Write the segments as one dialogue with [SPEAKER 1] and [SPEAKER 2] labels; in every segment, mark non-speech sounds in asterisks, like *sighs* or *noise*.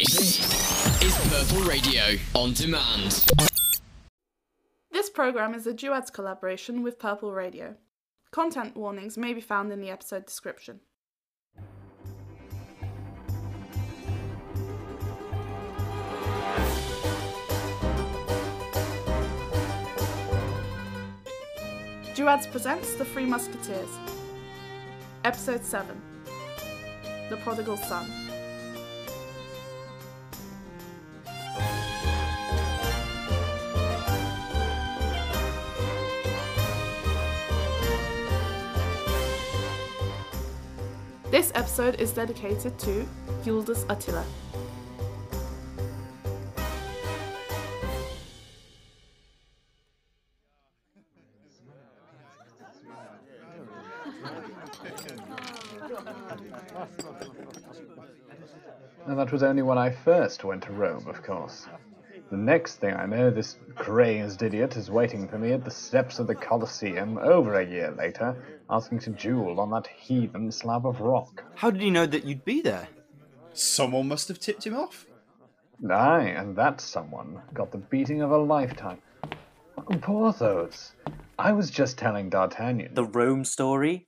[SPEAKER 1] This is Purple Radio on demand.
[SPEAKER 2] This program is a duets collaboration with Purple Radio. Content warnings may be found in the episode description. Duets presents The Three Musketeers, Episode 7 The Prodigal Son. This episode is dedicated to Yildiz Attila.
[SPEAKER 3] And that was only when I first went to Rome, of course. The next thing I know, this crazed idiot is waiting for me at the steps of the Colosseum over a year later, asking to duel on that heathen slab of rock.
[SPEAKER 4] How did he know that you'd be there?
[SPEAKER 5] Someone must have tipped him off.
[SPEAKER 3] Aye, and that someone got the beating of a lifetime. Porthos, I was just telling D'Artagnan.
[SPEAKER 6] the Rome story?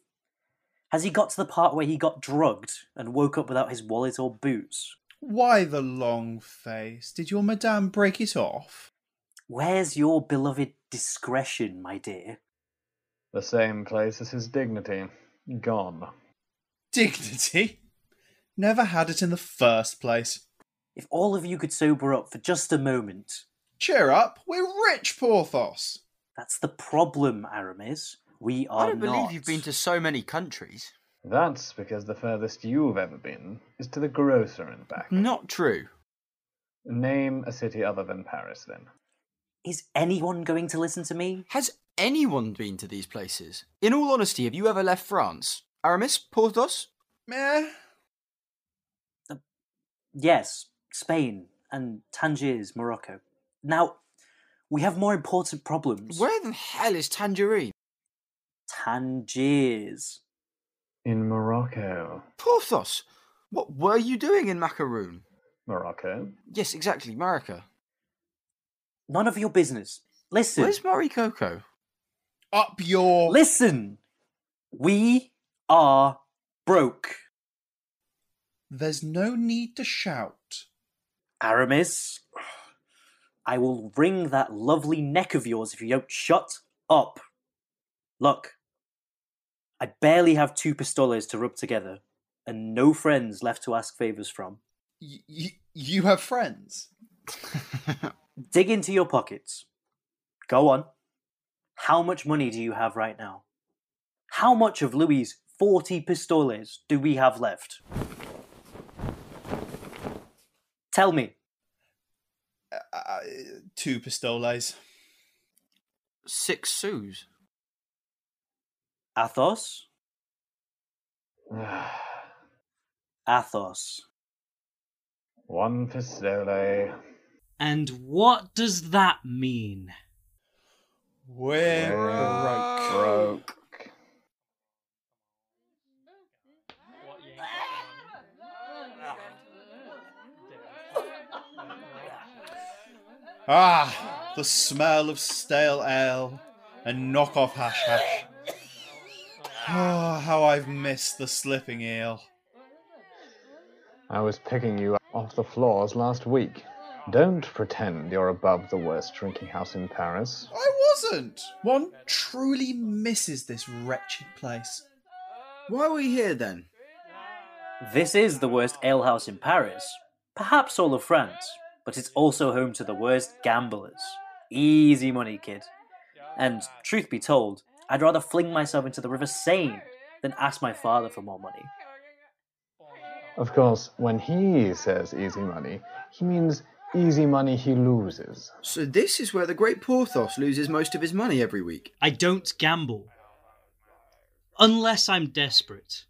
[SPEAKER 6] Has he got to the part where he got drugged and woke up without his wallet or boots?
[SPEAKER 5] Why the long face? Did your madame break it off?
[SPEAKER 6] Where's your beloved discretion, my dear?
[SPEAKER 3] The same place as his dignity. Gone.
[SPEAKER 5] Dignity? Never had it in the first place.
[SPEAKER 6] If all of you could sober up for just a moment.
[SPEAKER 5] Cheer up, we're rich, Porthos.
[SPEAKER 6] That's the problem, Aramis. We are
[SPEAKER 4] I don't believe
[SPEAKER 6] not.
[SPEAKER 4] you've been to so many countries.
[SPEAKER 3] That's because the furthest you've ever been is to the grocer and back.
[SPEAKER 4] Not true.
[SPEAKER 3] Name a city other than Paris, then.
[SPEAKER 6] Is anyone going to listen to me?
[SPEAKER 4] Has anyone been to these places? In all honesty, have you ever left France? Aramis, Porthos?
[SPEAKER 5] Meh.
[SPEAKER 6] Yes, Spain and Tangiers, Morocco. Now, we have more important problems.
[SPEAKER 4] Where the hell is Tangerine?
[SPEAKER 6] Tangiers.
[SPEAKER 3] In Morocco.
[SPEAKER 4] Porthos! What were you doing in Macaroon?
[SPEAKER 3] Morocco?
[SPEAKER 4] Yes, exactly, Marika.
[SPEAKER 6] None of your business. Listen.
[SPEAKER 4] Where's Marie Coco?
[SPEAKER 5] Up your.
[SPEAKER 6] Listen, we are broke.
[SPEAKER 5] There's no need to shout.
[SPEAKER 6] Aramis, I will wring that lovely neck of yours if you don't shut up. Look, I barely have two pistoles to rub together and no friends left to ask favors from.
[SPEAKER 5] Y- y- you have friends.
[SPEAKER 6] Dig into your pockets. Go on. How much money do you have right now? How much of Louis' 40 pistoles do we have left? Tell me.
[SPEAKER 5] Uh, two pistoles.
[SPEAKER 4] Six sous.
[SPEAKER 6] Athos? Athos.
[SPEAKER 3] One pistole.
[SPEAKER 7] And what does that mean?
[SPEAKER 5] We're broke.
[SPEAKER 3] Broke.
[SPEAKER 5] Ah, the smell of stale ale and knock-off hash hash. Ah, how I've missed the slipping eel.
[SPEAKER 3] I was picking you up off the floors last week. Don't pretend you're above the worst drinking house in Paris.
[SPEAKER 5] I wasn't. One truly misses this wretched place.
[SPEAKER 4] Why are we here then?
[SPEAKER 6] This is the worst alehouse in Paris, perhaps all of France, but it's also home to the worst gamblers. Easy money, kid. And truth be told, I'd rather fling myself into the River Seine than ask my father for more money.
[SPEAKER 3] Of course, when he says easy money, he means easy money he loses.
[SPEAKER 4] So, this is where the great Porthos loses most of his money every week.
[SPEAKER 7] I don't gamble. Unless I'm desperate.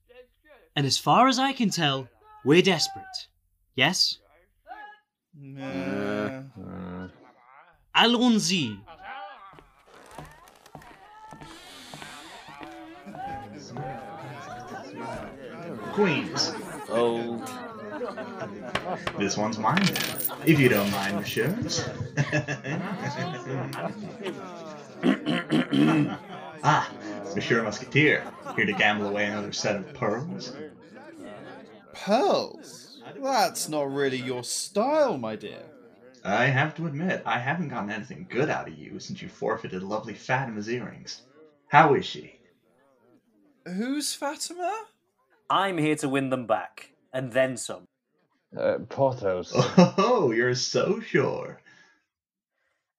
[SPEAKER 7] And as far as I can tell, we're desperate. Yes?
[SPEAKER 8] Uh.
[SPEAKER 5] Nah.
[SPEAKER 3] Hmm.
[SPEAKER 7] Allons-y.
[SPEAKER 8] Queens,
[SPEAKER 6] Old
[SPEAKER 8] This one's mine, if you don't mind, monsieur. ah, Monsieur Musketeer, here to gamble away another set of pearls.
[SPEAKER 5] Pearls? That's not really your style, my dear.
[SPEAKER 8] I have to admit, I haven't gotten anything good out of you since you forfeited lovely Fatima's earrings. How is she?
[SPEAKER 5] Who's Fatima?
[SPEAKER 6] I'm here to win them back, and then some.
[SPEAKER 3] Uh, Porthos.
[SPEAKER 8] *laughs* Oh, you're so sure.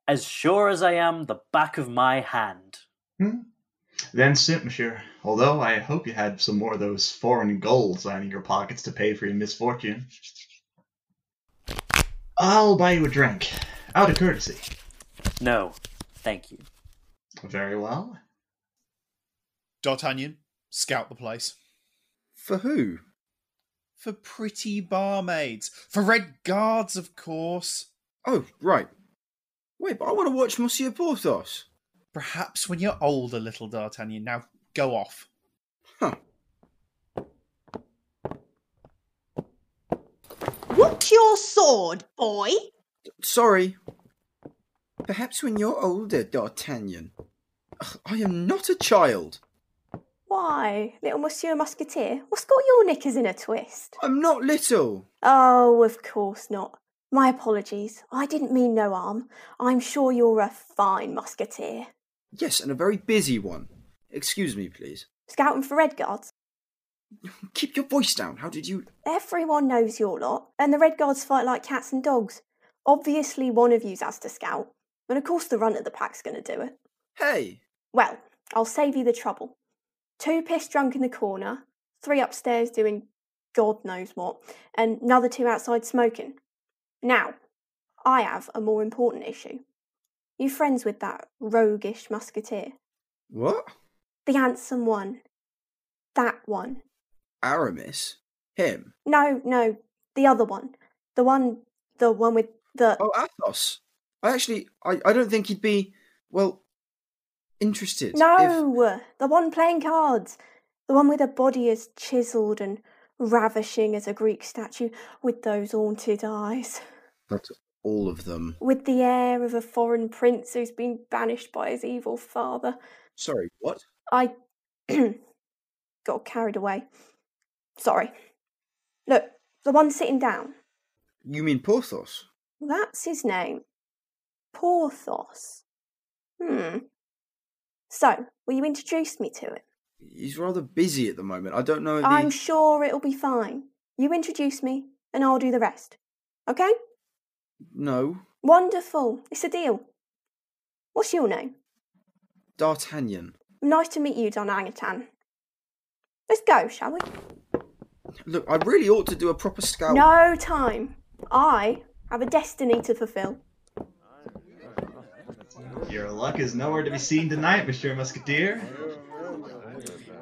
[SPEAKER 6] As sure as I am the back of my hand.
[SPEAKER 8] Then sit, monsieur. Although I hope you had some more of those foreign golds lining your pockets to pay for your misfortune. I'll buy you a drink, out of courtesy.
[SPEAKER 6] No, thank you.
[SPEAKER 8] Very well.
[SPEAKER 5] D'Artagnan, scout the place.
[SPEAKER 4] For who?
[SPEAKER 5] For pretty barmaids. For red guards, of course.
[SPEAKER 4] Oh, right. Wait, but I want to watch Monsieur Porthos.
[SPEAKER 5] Perhaps when you're older, little D'Artagnan. Now go off.
[SPEAKER 4] Huh.
[SPEAKER 9] What's your sword, boy?
[SPEAKER 4] Sorry. Perhaps when you're older, D'Artagnan. Ugh, I am not a child.
[SPEAKER 10] Why, little Monsieur Musketeer, what's got your knickers in a twist?
[SPEAKER 4] I'm not little.
[SPEAKER 10] Oh, of course not. My apologies. I didn't mean no harm. I'm sure you're a fine musketeer.
[SPEAKER 4] Yes, and a very busy one. Excuse me, please.
[SPEAKER 10] Scouting for Red Guards.
[SPEAKER 4] Keep your voice down. How did you.
[SPEAKER 10] Everyone knows your lot, and the Red Guards fight like cats and dogs. Obviously, one of you's has to scout, and of course, the runt of the pack's going to do it.
[SPEAKER 4] Hey!
[SPEAKER 10] Well, I'll save you the trouble. Two pissed drunk in the corner, three upstairs doing God knows what, and another two outside smoking. Now, I have a more important issue. You friends with that roguish musketeer?
[SPEAKER 4] What?
[SPEAKER 10] The handsome one. That one.
[SPEAKER 4] Aramis? Him?
[SPEAKER 10] No, no, the other one. The one, the one with the.
[SPEAKER 4] Oh, Athos. I actually. I, I don't think he'd be. Well. Interested. if-
[SPEAKER 10] no! The one playing cards. The one with a body as chiselled and ravishing as a Greek statue, with those haunted eyes. *laughs*
[SPEAKER 4] Not all of them.
[SPEAKER 10] With the air of a foreign prince who's been banished by his evil father.
[SPEAKER 4] Sorry, what?
[SPEAKER 10] I *clears throat* got carried away. Sorry. Look, the one sitting down.
[SPEAKER 4] You mean Porthos?
[SPEAKER 10] That's his name. Porthos. Hmm. So, will you introduce me to it?
[SPEAKER 4] He's rather busy at the moment. I don't know if
[SPEAKER 10] I'm
[SPEAKER 4] he...
[SPEAKER 10] sure it'll be fine. You introduce me, and I'll do the rest. Okay?
[SPEAKER 4] No.
[SPEAKER 10] Wonderful. It's a deal. What's your name?
[SPEAKER 4] D'Artagnan.
[SPEAKER 10] Nice to meet you, Don Angatan. Let's go, shall we?
[SPEAKER 4] Look, I really ought to do a proper scout.
[SPEAKER 10] No time. I have a destiny to fulfill.
[SPEAKER 8] Your luck is nowhere to be seen tonight, Monsieur Musketeer. *laughs*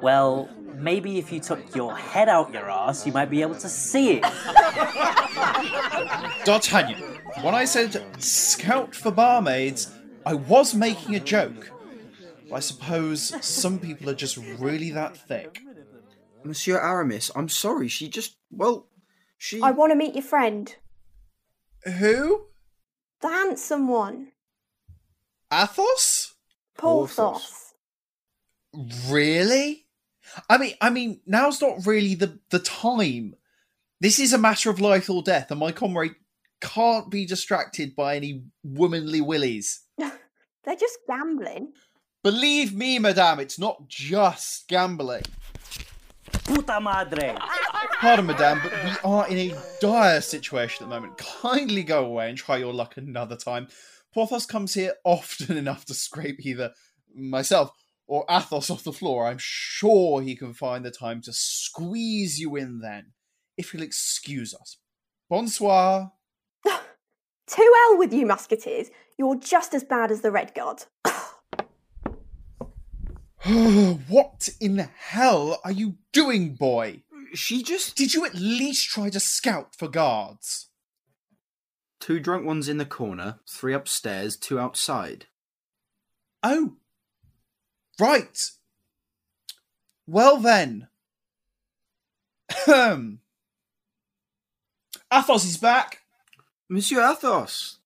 [SPEAKER 6] Well, maybe if you took your head out your ass, you might be able to see it.
[SPEAKER 5] D'Artagnan, when I said scout for barmaids, I was making a joke. I suppose some people are just really that thick.
[SPEAKER 4] Monsieur Aramis, I'm sorry. She just. Well, *laughs* she.
[SPEAKER 10] I want to meet your friend,
[SPEAKER 5] Who?
[SPEAKER 10] the handsome one,
[SPEAKER 5] Athos?
[SPEAKER 10] Porthos.
[SPEAKER 4] Porthos.
[SPEAKER 5] Really? I mean, I mean, now's not really the the time. This is a matter of life or death, and my comrade can't be distracted by any womanly willies.
[SPEAKER 10] They're just gambling.
[SPEAKER 5] Believe me, madame, it's not just gambling.
[SPEAKER 6] Puta madre!
[SPEAKER 5] Pardon, madame, but we are in a dire situation at the moment. Kindly go away and try your luck another time. Porthos comes here often *laughs* enough to scrape either myself or Athos off the floor. I'm sure he can find the time to squeeze you in then, if you'll excuse us. Bonsoir.
[SPEAKER 10] To hell with you, musketeers. You're just as bad as the Red Guard.
[SPEAKER 5] *sighs* what in hell are you doing, boy?
[SPEAKER 4] She just.
[SPEAKER 5] Did you at least try to scout for guards?
[SPEAKER 4] Two drunk ones in the corner, three upstairs, two outside.
[SPEAKER 5] Oh, right. *clears throat* Well then. Ahem. Athos is back.
[SPEAKER 4] Monsieur Athos,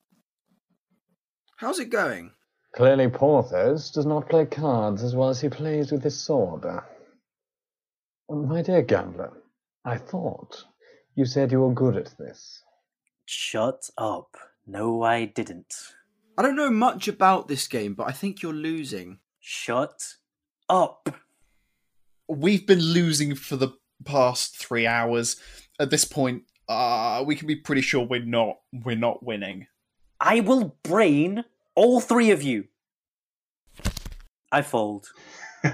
[SPEAKER 4] how's it going?
[SPEAKER 3] Clearly, Porthos does not play cards as well as he plays with his sword. Uh, My dear gambler, I thought you said you were good at this.
[SPEAKER 6] Shut up. No, I didn't.
[SPEAKER 4] I don't know much about this game, but I think you're losing.
[SPEAKER 6] Shut up.
[SPEAKER 5] We've been losing for the past three hours. At this point, uh, we can be pretty sure we're not we're not winning.
[SPEAKER 6] I will brain all three of you. I fold.
[SPEAKER 11] No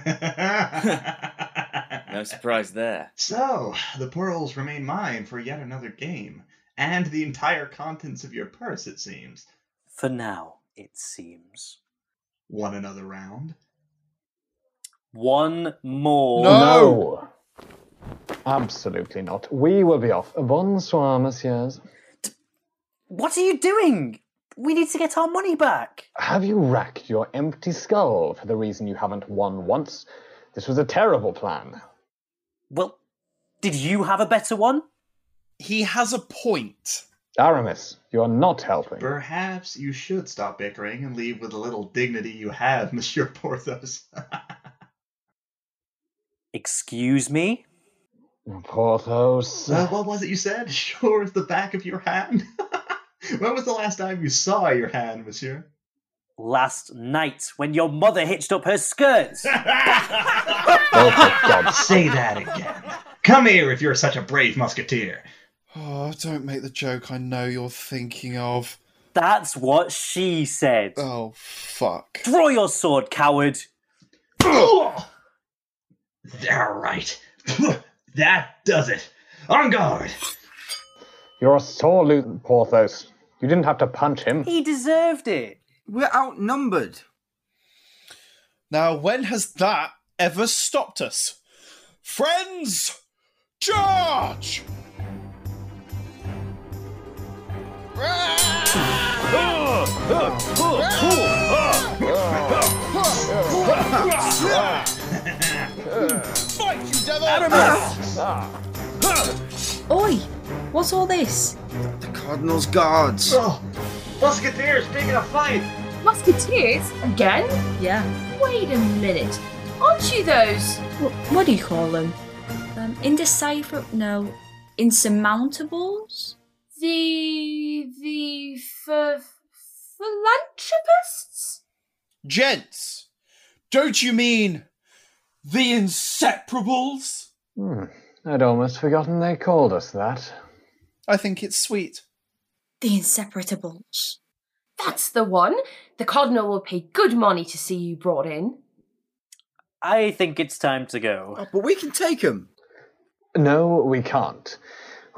[SPEAKER 11] surprise there.
[SPEAKER 8] so, the pearls remain mine for yet another game, and the entire contents of your purse, it seems.
[SPEAKER 6] For now, it seems.
[SPEAKER 8] Want another round?
[SPEAKER 6] One more.
[SPEAKER 5] No!
[SPEAKER 3] No. Absolutely not. We will be off. Bonsoir, messieurs.
[SPEAKER 6] What are you doing? We need to get our money back.
[SPEAKER 3] Have you racked your empty skull for the reason you haven't won once? This was a terrible plan.
[SPEAKER 6] Well, did you have a better one?
[SPEAKER 5] He has a point.
[SPEAKER 3] Aramis, you are not helping.
[SPEAKER 8] Perhaps you should stop bickering and leave with the little dignity you have, *laughs* Monsieur Porthos. *laughs*
[SPEAKER 6] Excuse me?
[SPEAKER 3] Porthos.
[SPEAKER 8] Uh, what was it you said? *laughs* Sure as the back of your hand? *laughs* when was the last time you saw your hand, Monsieur?
[SPEAKER 6] Last night, when your mother hitched up her
[SPEAKER 11] *laughs*
[SPEAKER 6] skirts.
[SPEAKER 3] Oh,
[SPEAKER 6] *laughs*
[SPEAKER 3] for God's
[SPEAKER 8] Say that again. Come here if you're such a brave musketeer.
[SPEAKER 5] Oh, don't make the joke I know you're thinking of.
[SPEAKER 6] That's what she said.
[SPEAKER 5] Oh, fuck.
[SPEAKER 6] Draw your sword, coward.
[SPEAKER 8] They're right. *laughs* that does it. On guard.
[SPEAKER 3] You're a sore loser, Porthos. You didn't have to punch him.
[SPEAKER 6] He deserved it.
[SPEAKER 4] We're outnumbered.
[SPEAKER 5] Now, when has that ever stopped us? Friends,
[SPEAKER 4] *laughs*
[SPEAKER 5] charge! Fight, you devil!
[SPEAKER 12] Oi! What's all this?
[SPEAKER 4] The Cardinal's guards.
[SPEAKER 8] Oh, musketeers picking a fight.
[SPEAKER 12] Musketeers? Again?
[SPEAKER 11] Yeah.
[SPEAKER 12] Wait a minute. Aren't you those? What, what do you call them? Um, indecipherable. No. Insurmountables?
[SPEAKER 13] The the ph- philanthropists?
[SPEAKER 5] Gents, don't you mean the inseparables?
[SPEAKER 3] Hmm. I'd almost forgotten they called us that.
[SPEAKER 5] I think it's sweet.
[SPEAKER 12] The Inseparatables.
[SPEAKER 13] That's the one. The cardinal will pay good money to see you brought in.
[SPEAKER 6] I think it's time to go.
[SPEAKER 4] Oh, but we can take them.
[SPEAKER 3] No, we can't.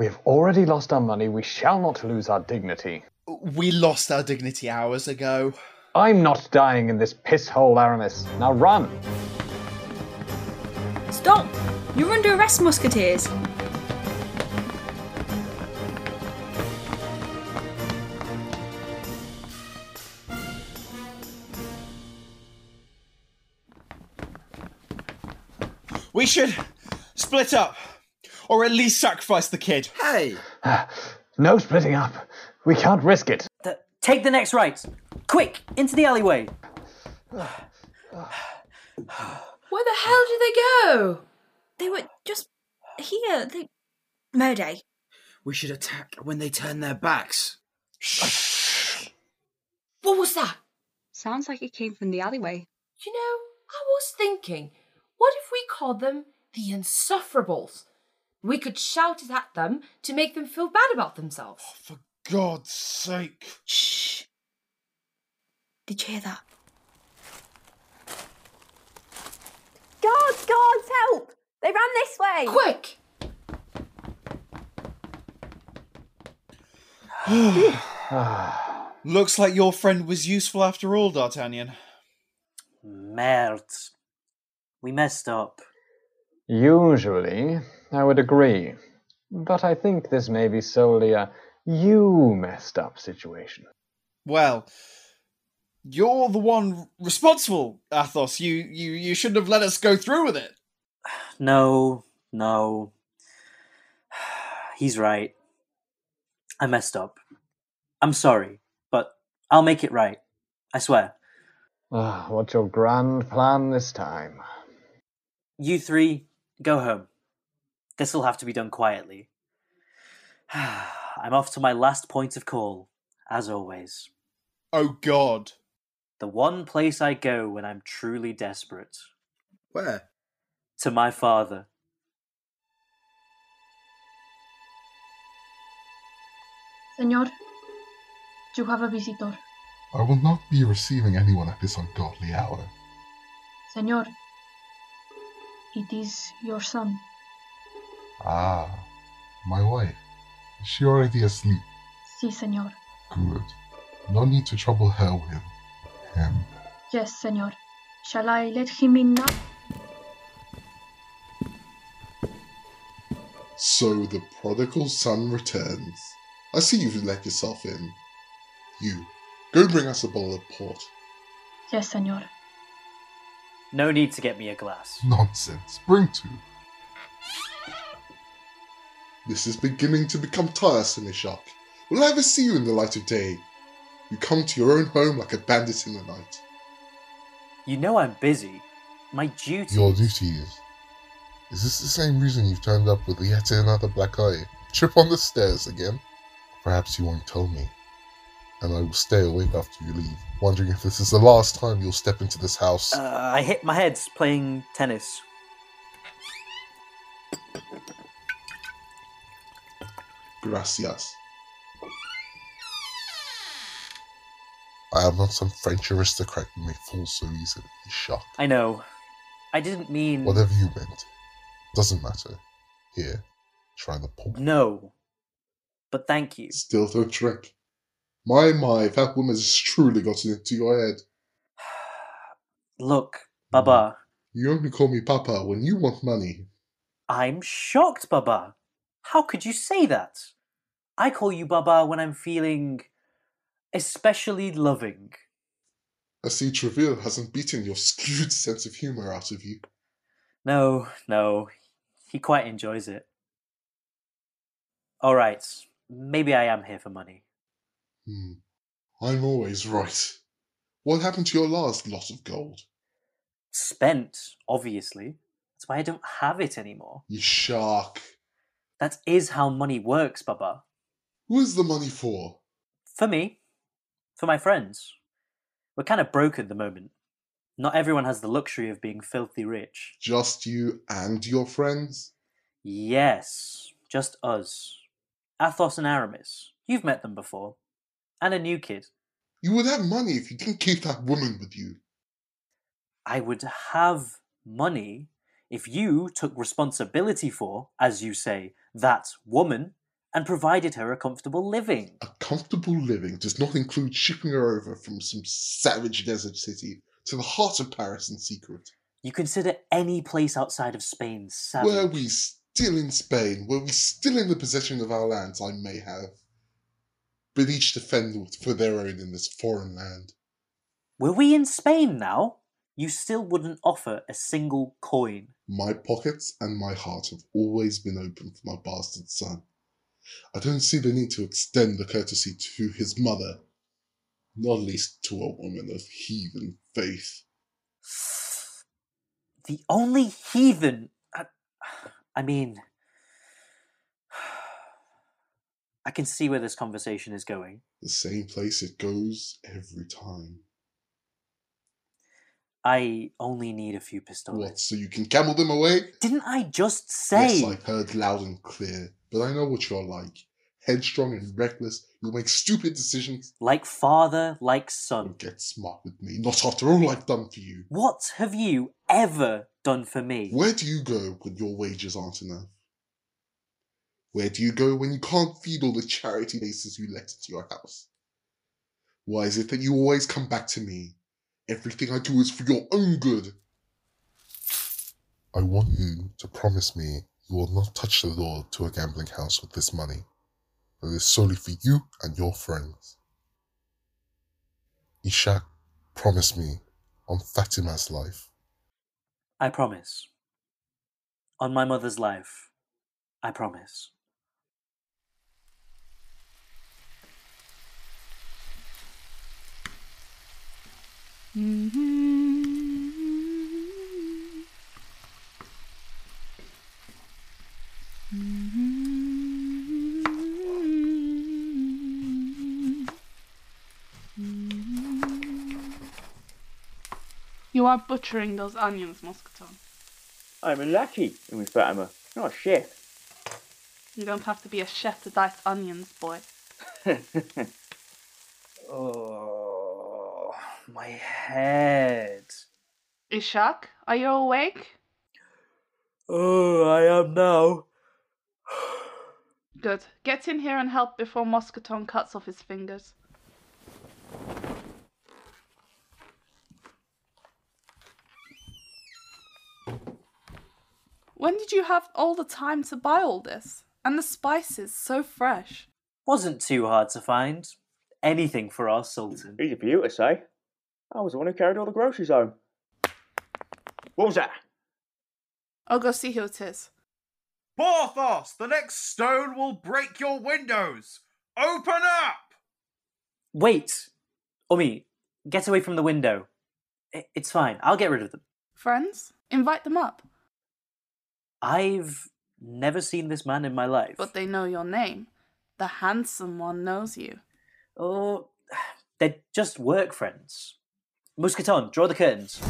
[SPEAKER 3] We have already lost our money. We shall not lose our dignity.
[SPEAKER 5] We lost our dignity hours ago.
[SPEAKER 3] I'm not dying in this piss hole, Aramis. Now run! *sighs*
[SPEAKER 12] Stop! You're under arrest, Musketeers!
[SPEAKER 5] We should split up, or at least sacrifice the kid.
[SPEAKER 4] Hey,
[SPEAKER 3] No splitting up. We can't risk it.
[SPEAKER 6] Th- take the next right. Quick, into the alleyway.
[SPEAKER 13] Where the hell did they go?
[SPEAKER 12] They were just here. They. Murday.
[SPEAKER 4] we should attack when they turn their backs.
[SPEAKER 13] What was that?
[SPEAKER 14] Sounds like it came from the alleyway.
[SPEAKER 13] You know, I was thinking, what if we called them the Insufferables? We could shout it at them to make them feel bad about themselves.
[SPEAKER 5] For God's sake.
[SPEAKER 12] Shh. Did you hear that?
[SPEAKER 10] Guards, guards, help! They ran this way!
[SPEAKER 13] Quick!
[SPEAKER 5] *sighs* Looks like your friend was useful after all, D'Artagnan.
[SPEAKER 6] Merd. We messed up.
[SPEAKER 3] Usually, I would agree. But I think this may be solely a you messed up situation.
[SPEAKER 5] Well, you're the one responsible, Athos. You you you shouldn't have let us go through with it.
[SPEAKER 6] *sighs* No, no. He's right. I messed up. I'm sorry, but I'll make it right. I swear.
[SPEAKER 3] Ah, what's your grand plan this time?
[SPEAKER 6] You three, go home. This'll have to be done quietly. *sighs* I'm off to my last point of call, as always.
[SPEAKER 5] Oh, God.
[SPEAKER 6] The one place I go when I'm truly desperate.
[SPEAKER 4] Where?
[SPEAKER 6] To my father.
[SPEAKER 15] Senor, you have a visitor.
[SPEAKER 16] I will not be receiving anyone at this ungodly hour.
[SPEAKER 15] Senor, it is your son.
[SPEAKER 16] Ah, my wife. Is she already asleep?
[SPEAKER 15] Si, senor.
[SPEAKER 16] Good. No need to trouble her with him.
[SPEAKER 15] Yes, senor. Shall I let him in now?
[SPEAKER 16] So the prodigal son returns. I see you've let yourself in. You, go bring us a bottle of port.
[SPEAKER 15] Yes, senor.
[SPEAKER 6] No need to get me a glass.
[SPEAKER 16] Nonsense. Bring two. This is beginning to become tiresome, Ishak. Will I ever see you in the light of day? You come to your own home like a bandit in the night.
[SPEAKER 6] You know I'm busy. My duty.
[SPEAKER 16] Your duties. Is this the same reason you've turned up with yet another black eye? Trip on the stairs again? Perhaps you won't tell me. And I will stay awake after you leave, wondering if this is the last time you'll step into this house.
[SPEAKER 6] Uh, I hit my head playing tennis.
[SPEAKER 16] Gracias. I am not some French aristocrat you may fall so easily, Shock.
[SPEAKER 6] I know. I didn't mean.
[SPEAKER 16] Whatever you meant. Doesn't matter. Here, try the port.
[SPEAKER 6] No. But thank you.
[SPEAKER 16] Still don't drink. My, my, that woman has truly gotten into your head.
[SPEAKER 6] *sighs* Look,
[SPEAKER 16] Hmm.
[SPEAKER 6] Baba,
[SPEAKER 16] You only call me Papa when you want money.
[SPEAKER 6] I'm shocked, Baba. How could you say that? I call you Baba when I'm feeling especially loving.
[SPEAKER 16] I see Treville hasn't beaten your *laughs* skewed sense of humour out of you.
[SPEAKER 6] No, no. He quite enjoys it. Alright, maybe I am here for money.
[SPEAKER 16] Hmm. I'm always right. What happened to your last lot of gold?
[SPEAKER 6] Spent, obviously. That's why I don't have it anymore.
[SPEAKER 16] You shark.
[SPEAKER 6] That is how money works, Baba.
[SPEAKER 16] Who is the money for?
[SPEAKER 6] For me. For my friends. We're kind of broke at the moment. Not everyone has the luxury of being filthy rich.
[SPEAKER 16] Just you and your friends?
[SPEAKER 6] Yes, just us. Athos and Aramis. You've met them before. And a new kid.
[SPEAKER 16] You would have money if you didn't keep that woman with you.
[SPEAKER 6] I would have money if you took responsibility for, as you say, that woman and provided her a comfortable living.
[SPEAKER 16] A comfortable living does not include shipping her over from some savage desert city to the heart of Paris in secret.
[SPEAKER 6] You consider any place outside of Spain savage.
[SPEAKER 16] Were we still in Spain, were we still in the possession of our lands, I may have. But each defend for their own in this foreign land.
[SPEAKER 6] Were we in Spain now? You still wouldn't offer a single coin.
[SPEAKER 16] My pockets and my heart have always been open for my bastard son. I don't see the need to extend the courtesy to his mother, not least to a woman of heathen faith.
[SPEAKER 6] The only heathen. I, I mean. I can see where this conversation is going.
[SPEAKER 16] The same place it goes every time.
[SPEAKER 6] I only need a few pistoles.
[SPEAKER 16] What, so you can camel them away?
[SPEAKER 6] Didn't I just say?
[SPEAKER 16] Yes, I heard loud and clear, but I know what you're like. Headstrong and reckless, you'll make stupid decisions.
[SPEAKER 6] Like father, like son.
[SPEAKER 16] Get smart with me, not after all I've done for you.
[SPEAKER 6] What have you ever done for me?
[SPEAKER 16] Where do you go when your wages aren't enough? Where do you go when you can't feed all the charity cases you let into your house? Why is it that you always come back to me? Everything I do is for your own good. I want you to promise me you will not touch the lord to a gambling house with this money. That is solely for you and your friends. Ishak, promise me on Fatima's life.
[SPEAKER 6] I promise. On my mother's life, I promise.
[SPEAKER 14] Mm-hmm.
[SPEAKER 2] You are butchering those onions, Muscaton.
[SPEAKER 11] I'm unlucky, and with Fatima. Not shit.
[SPEAKER 2] You don't have to be a chef to dice onions, boy.
[SPEAKER 6] oh, my head.
[SPEAKER 2] Ishak, are you awake?
[SPEAKER 6] Oh, I am now.
[SPEAKER 2] Good. Get in here and help before Muscaton cuts off his fingers. When did you have all the time to buy all this? And the spices so fresh.
[SPEAKER 6] Wasn't too hard to find. Anything for our Sultan.
[SPEAKER 11] He's a beauty, eh? I was the one who carried all the groceries home. What was that?
[SPEAKER 2] I'll go see who it is.
[SPEAKER 5] Porthos, the next stone will break your windows. Open up!
[SPEAKER 6] Wait! Omi, get away from the window. I- It's fine, I'll get rid of them.
[SPEAKER 2] Friends, invite them up.
[SPEAKER 6] I've never seen this man in my life.
[SPEAKER 2] But they know your name. The handsome one knows you.
[SPEAKER 6] Oh, They're just work friends. Muscaton, draw the curtains.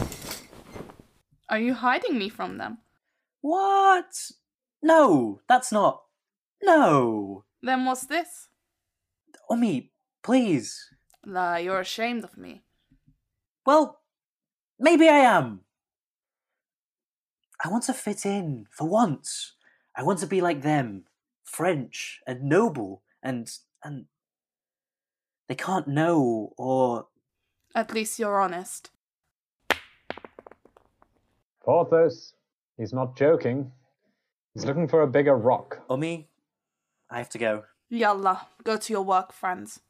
[SPEAKER 2] are you hiding me from them?
[SPEAKER 6] What? No, that's not. No!
[SPEAKER 2] Then what's this?
[SPEAKER 6] Omi, please.
[SPEAKER 2] La, you're ashamed of me.
[SPEAKER 6] Well, maybe I am. I want to fit in for once. I want to be like them, French and noble and and they can't know or
[SPEAKER 2] At least you're honest.
[SPEAKER 3] Porthos, he's not joking. He's looking for a bigger rock.
[SPEAKER 6] Omi, I have to go.
[SPEAKER 2] Yalla, go to your work, friends.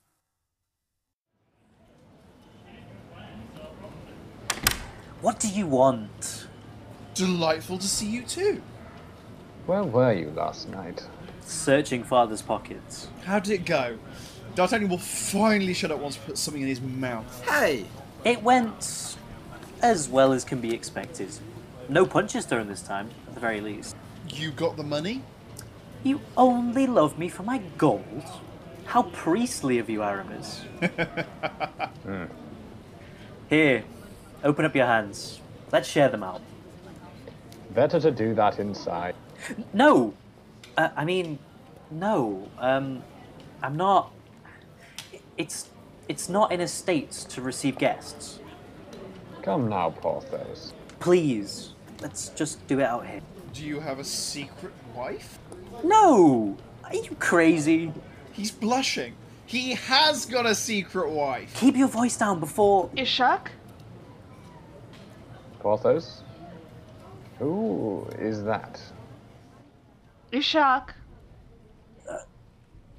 [SPEAKER 6] What do you want?
[SPEAKER 5] Delightful to see you too.
[SPEAKER 3] Where were you last night?
[SPEAKER 6] Searching father's pockets.
[SPEAKER 5] How did it go? D'Artagnan will finally shut up once put something in his mouth.
[SPEAKER 6] Hey! It went as well as can be expected. No punches thrown this time, at the very least.
[SPEAKER 5] You got the money?
[SPEAKER 6] You only love me for my gold? How priestly of
[SPEAKER 5] *laughs*
[SPEAKER 6] you, Aramis. Here, open up your hands. Let's share them out.
[SPEAKER 3] Better to do that inside.
[SPEAKER 6] No! Uh, I mean, no. Um, I'm not. It's it's not in a state to receive guests.
[SPEAKER 3] Come now, Porthos.
[SPEAKER 6] Please, let's just do it out here.
[SPEAKER 5] Do you have a secret wife?
[SPEAKER 6] No! Are you crazy?
[SPEAKER 5] He's blushing. He has got a secret wife.
[SPEAKER 6] Keep your voice down before.
[SPEAKER 2] Ishak?
[SPEAKER 3] Porthos? Who is that?
[SPEAKER 2] Ishak?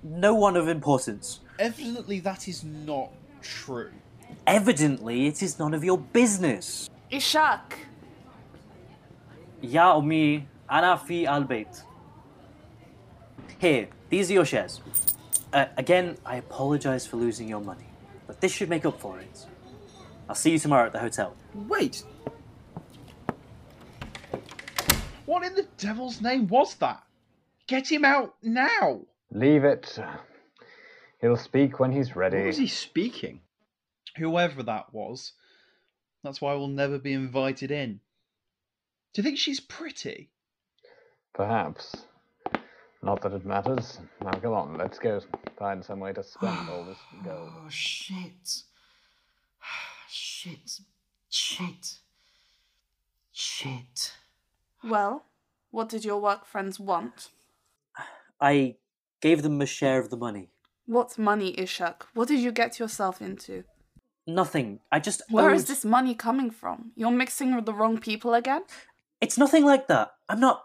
[SPEAKER 6] No one of importance.
[SPEAKER 5] Evidently, that is not true.
[SPEAKER 6] Evidently, it is none of your business.
[SPEAKER 2] Ishak!
[SPEAKER 6] Ya ummi, ana fi albayt. Here, these are your shares. Uh, again, I apologize for losing your money, but this should make up for it. I'll see you tomorrow at the hotel.
[SPEAKER 4] Wait,
[SPEAKER 5] What in the devil's name was that? Get him out now!
[SPEAKER 3] Leave it. He'll speak when he's ready.
[SPEAKER 5] speaking? Whoever that was. That's why we'll never be invited in. Do you think she's pretty?
[SPEAKER 3] Perhaps. Not that it matters. Now come on, let's go find some way to spend all this gold.
[SPEAKER 17] Oh, shit. *sighs* Shit. Shit. Shit.
[SPEAKER 2] Well, what did your work friends want?
[SPEAKER 6] I gave them a share of the money.
[SPEAKER 2] What money, Ishak? What did you get yourself into?
[SPEAKER 6] Nothing. I just.
[SPEAKER 2] Where is
[SPEAKER 6] owed-
[SPEAKER 2] this money coming from? You're mixing with the wrong people again?
[SPEAKER 6] It's nothing like that. I'm not.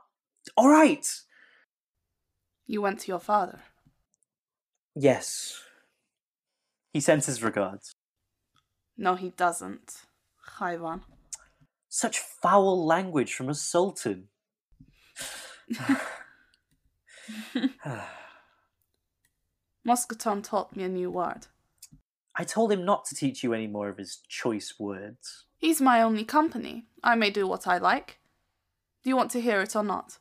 [SPEAKER 6] All right.
[SPEAKER 2] You went to your father.
[SPEAKER 6] Yes. He sends his regards.
[SPEAKER 2] No, he doesn't. Haiwan.
[SPEAKER 6] Such foul language from a sultan.
[SPEAKER 2] Muscaton taught me a new word.
[SPEAKER 6] I told him not to teach you any more of his choice words.
[SPEAKER 2] He's my only company. I may do what I like. Do you want to hear it or not?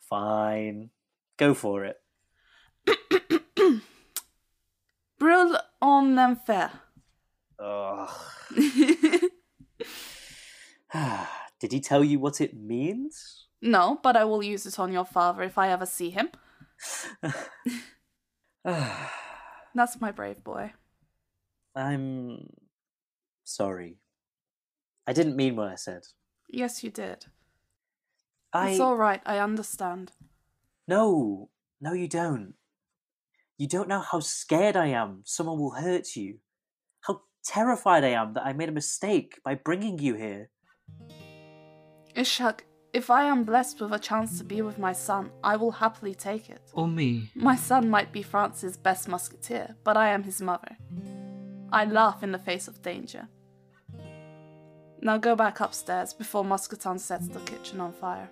[SPEAKER 6] Fine. Go for it.
[SPEAKER 2] Brûle en enfer. *laughs*
[SPEAKER 6] Ugh. Did he tell you what it means?
[SPEAKER 2] No, but I will use it on your father if I ever see him. That's my brave boy.
[SPEAKER 6] I'm sorry. I didn't mean what I said.
[SPEAKER 2] Yes, you did.
[SPEAKER 6] I
[SPEAKER 2] It's all right. I understand.
[SPEAKER 6] No, no, you don't. You don't know how scared I am someone will hurt you. How terrified I am that I made a mistake by bringing you here.
[SPEAKER 2] Ishak, if I am blessed with a chance to be with my son, I will happily take it.
[SPEAKER 7] Or me.
[SPEAKER 2] My son might be France's best musketeer, but I am his mother. I laugh in the face of danger. Now go back upstairs before Muscaton sets the kitchen on fire.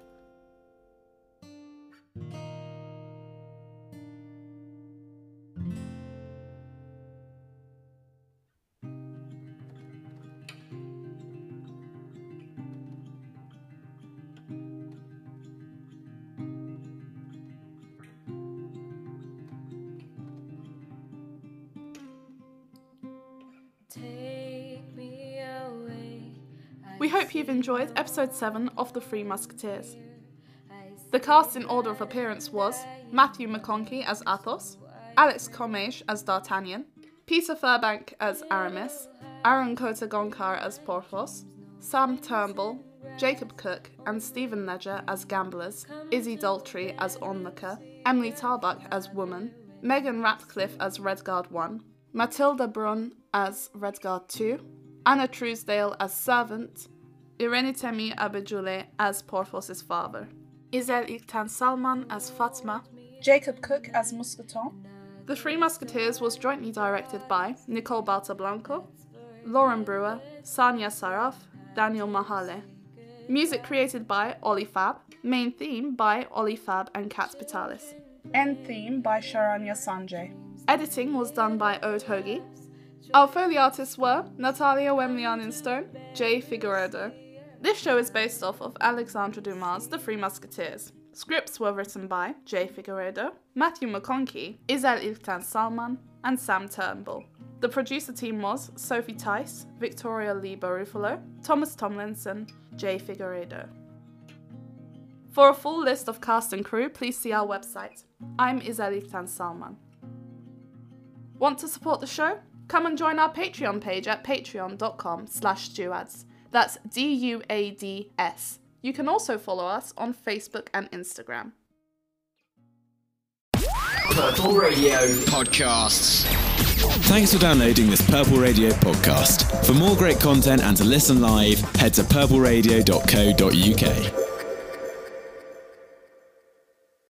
[SPEAKER 2] We hope you've enjoyed episode 7 of The Three Musketeers. The cast in order of appearance was Matthew McConkie as Athos, Alex Comage as D'Artagnan, Peter Fairbank as Aramis, Aaron Kota Gonkar as Porthos, Sam Turnbull, Jacob Cook and Stephen Ledger as gamblers, Izzy Daltrey as onlooker, Emily Tarbuck as woman, Megan Ratcliffe as Redguard 1, Matilda Brun as Redguard 2, Anna Truesdale as servant, Irene Temi Abedjule as Porthos's father, Izel Iktan Salman as Fatma, Jacob Cook as Mousqueton. The Three Musketeers was jointly directed by Nicole Bartablanco, Lauren Brewer, Sanya Saraf, Daniel Mahale. Music created by Oli Fab, main theme by Oli Fab and Kat Pitalis, end theme by Sharanya Sanjay. Editing was done by Ode Hoagie, our Foley artists were Natalia Wemlian-Instone, Jay Figueredo. This show is based off of Alexandre Dumas' The Three Musketeers. Scripts were written by Jay Figueredo, Matthew McConkie, Izel Iltan Salman, and Sam Turnbull. The producer team was Sophie Tice, Victoria Lee Barufalo, Thomas Tomlinson, Jay Figueredo. For a full list of cast and crew, please see our website. I'm Izel Iltan Salman. Want to support the show? Come and join our Patreon page at patreon.com slash duads. That's D-U-A-D-S. You can also follow us on Facebook and Instagram.
[SPEAKER 1] Purple Radio podcasts.
[SPEAKER 18] Thanks for downloading this Purple Radio podcast. For more great content and to listen live, head to purpleradio.co.uk.